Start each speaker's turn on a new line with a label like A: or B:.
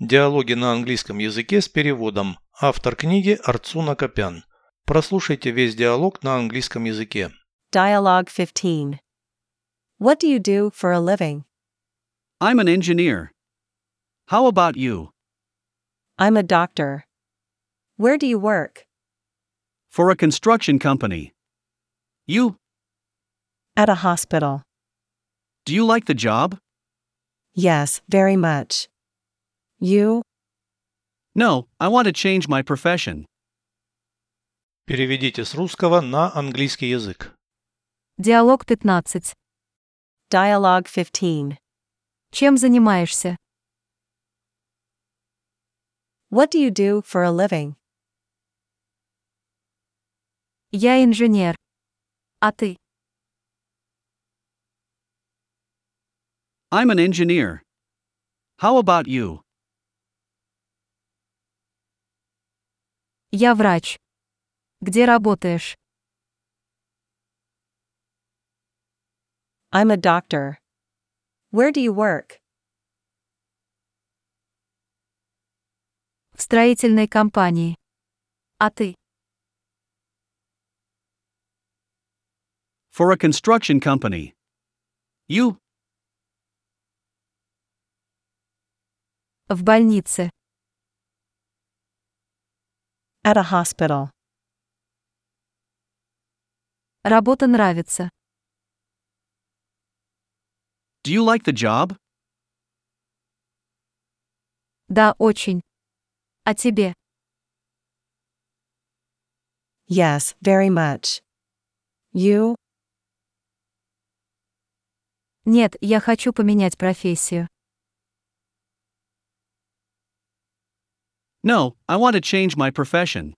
A: Диалоги на английском языке с переводом. Автор книги Арцуна Копян. Прослушайте весь диалог на английском языке.
B: Dialogue 15. What do you do for a living?
C: I'm an engineer. How about you?
B: I'm a doctor. Where do you work?
C: For a construction company. You,
B: At a hospital.
C: do you like the job?
B: Yes, very much. You?
C: No, I want to change my profession.
A: Переведите с русского на английский язык.
D: Диалог 15.
B: Dialogue 15.
D: Чем занимаешься?
B: What do you do for a living?
D: Я инженер. А ты?
C: I'm an engineer. How about you?
D: Я врач. Где работаешь?
B: I'm a doctor. Where do you work?
D: В строительной компании. А ты?
C: For a construction company. You,
D: В больнице.
B: At a hospital.
D: Работа нравится.
C: do you like the job?
D: Да, очень. А тебе?
B: Yes, very much. You?
D: Нет, я хочу поменять профессию.
C: No, I want to change my profession.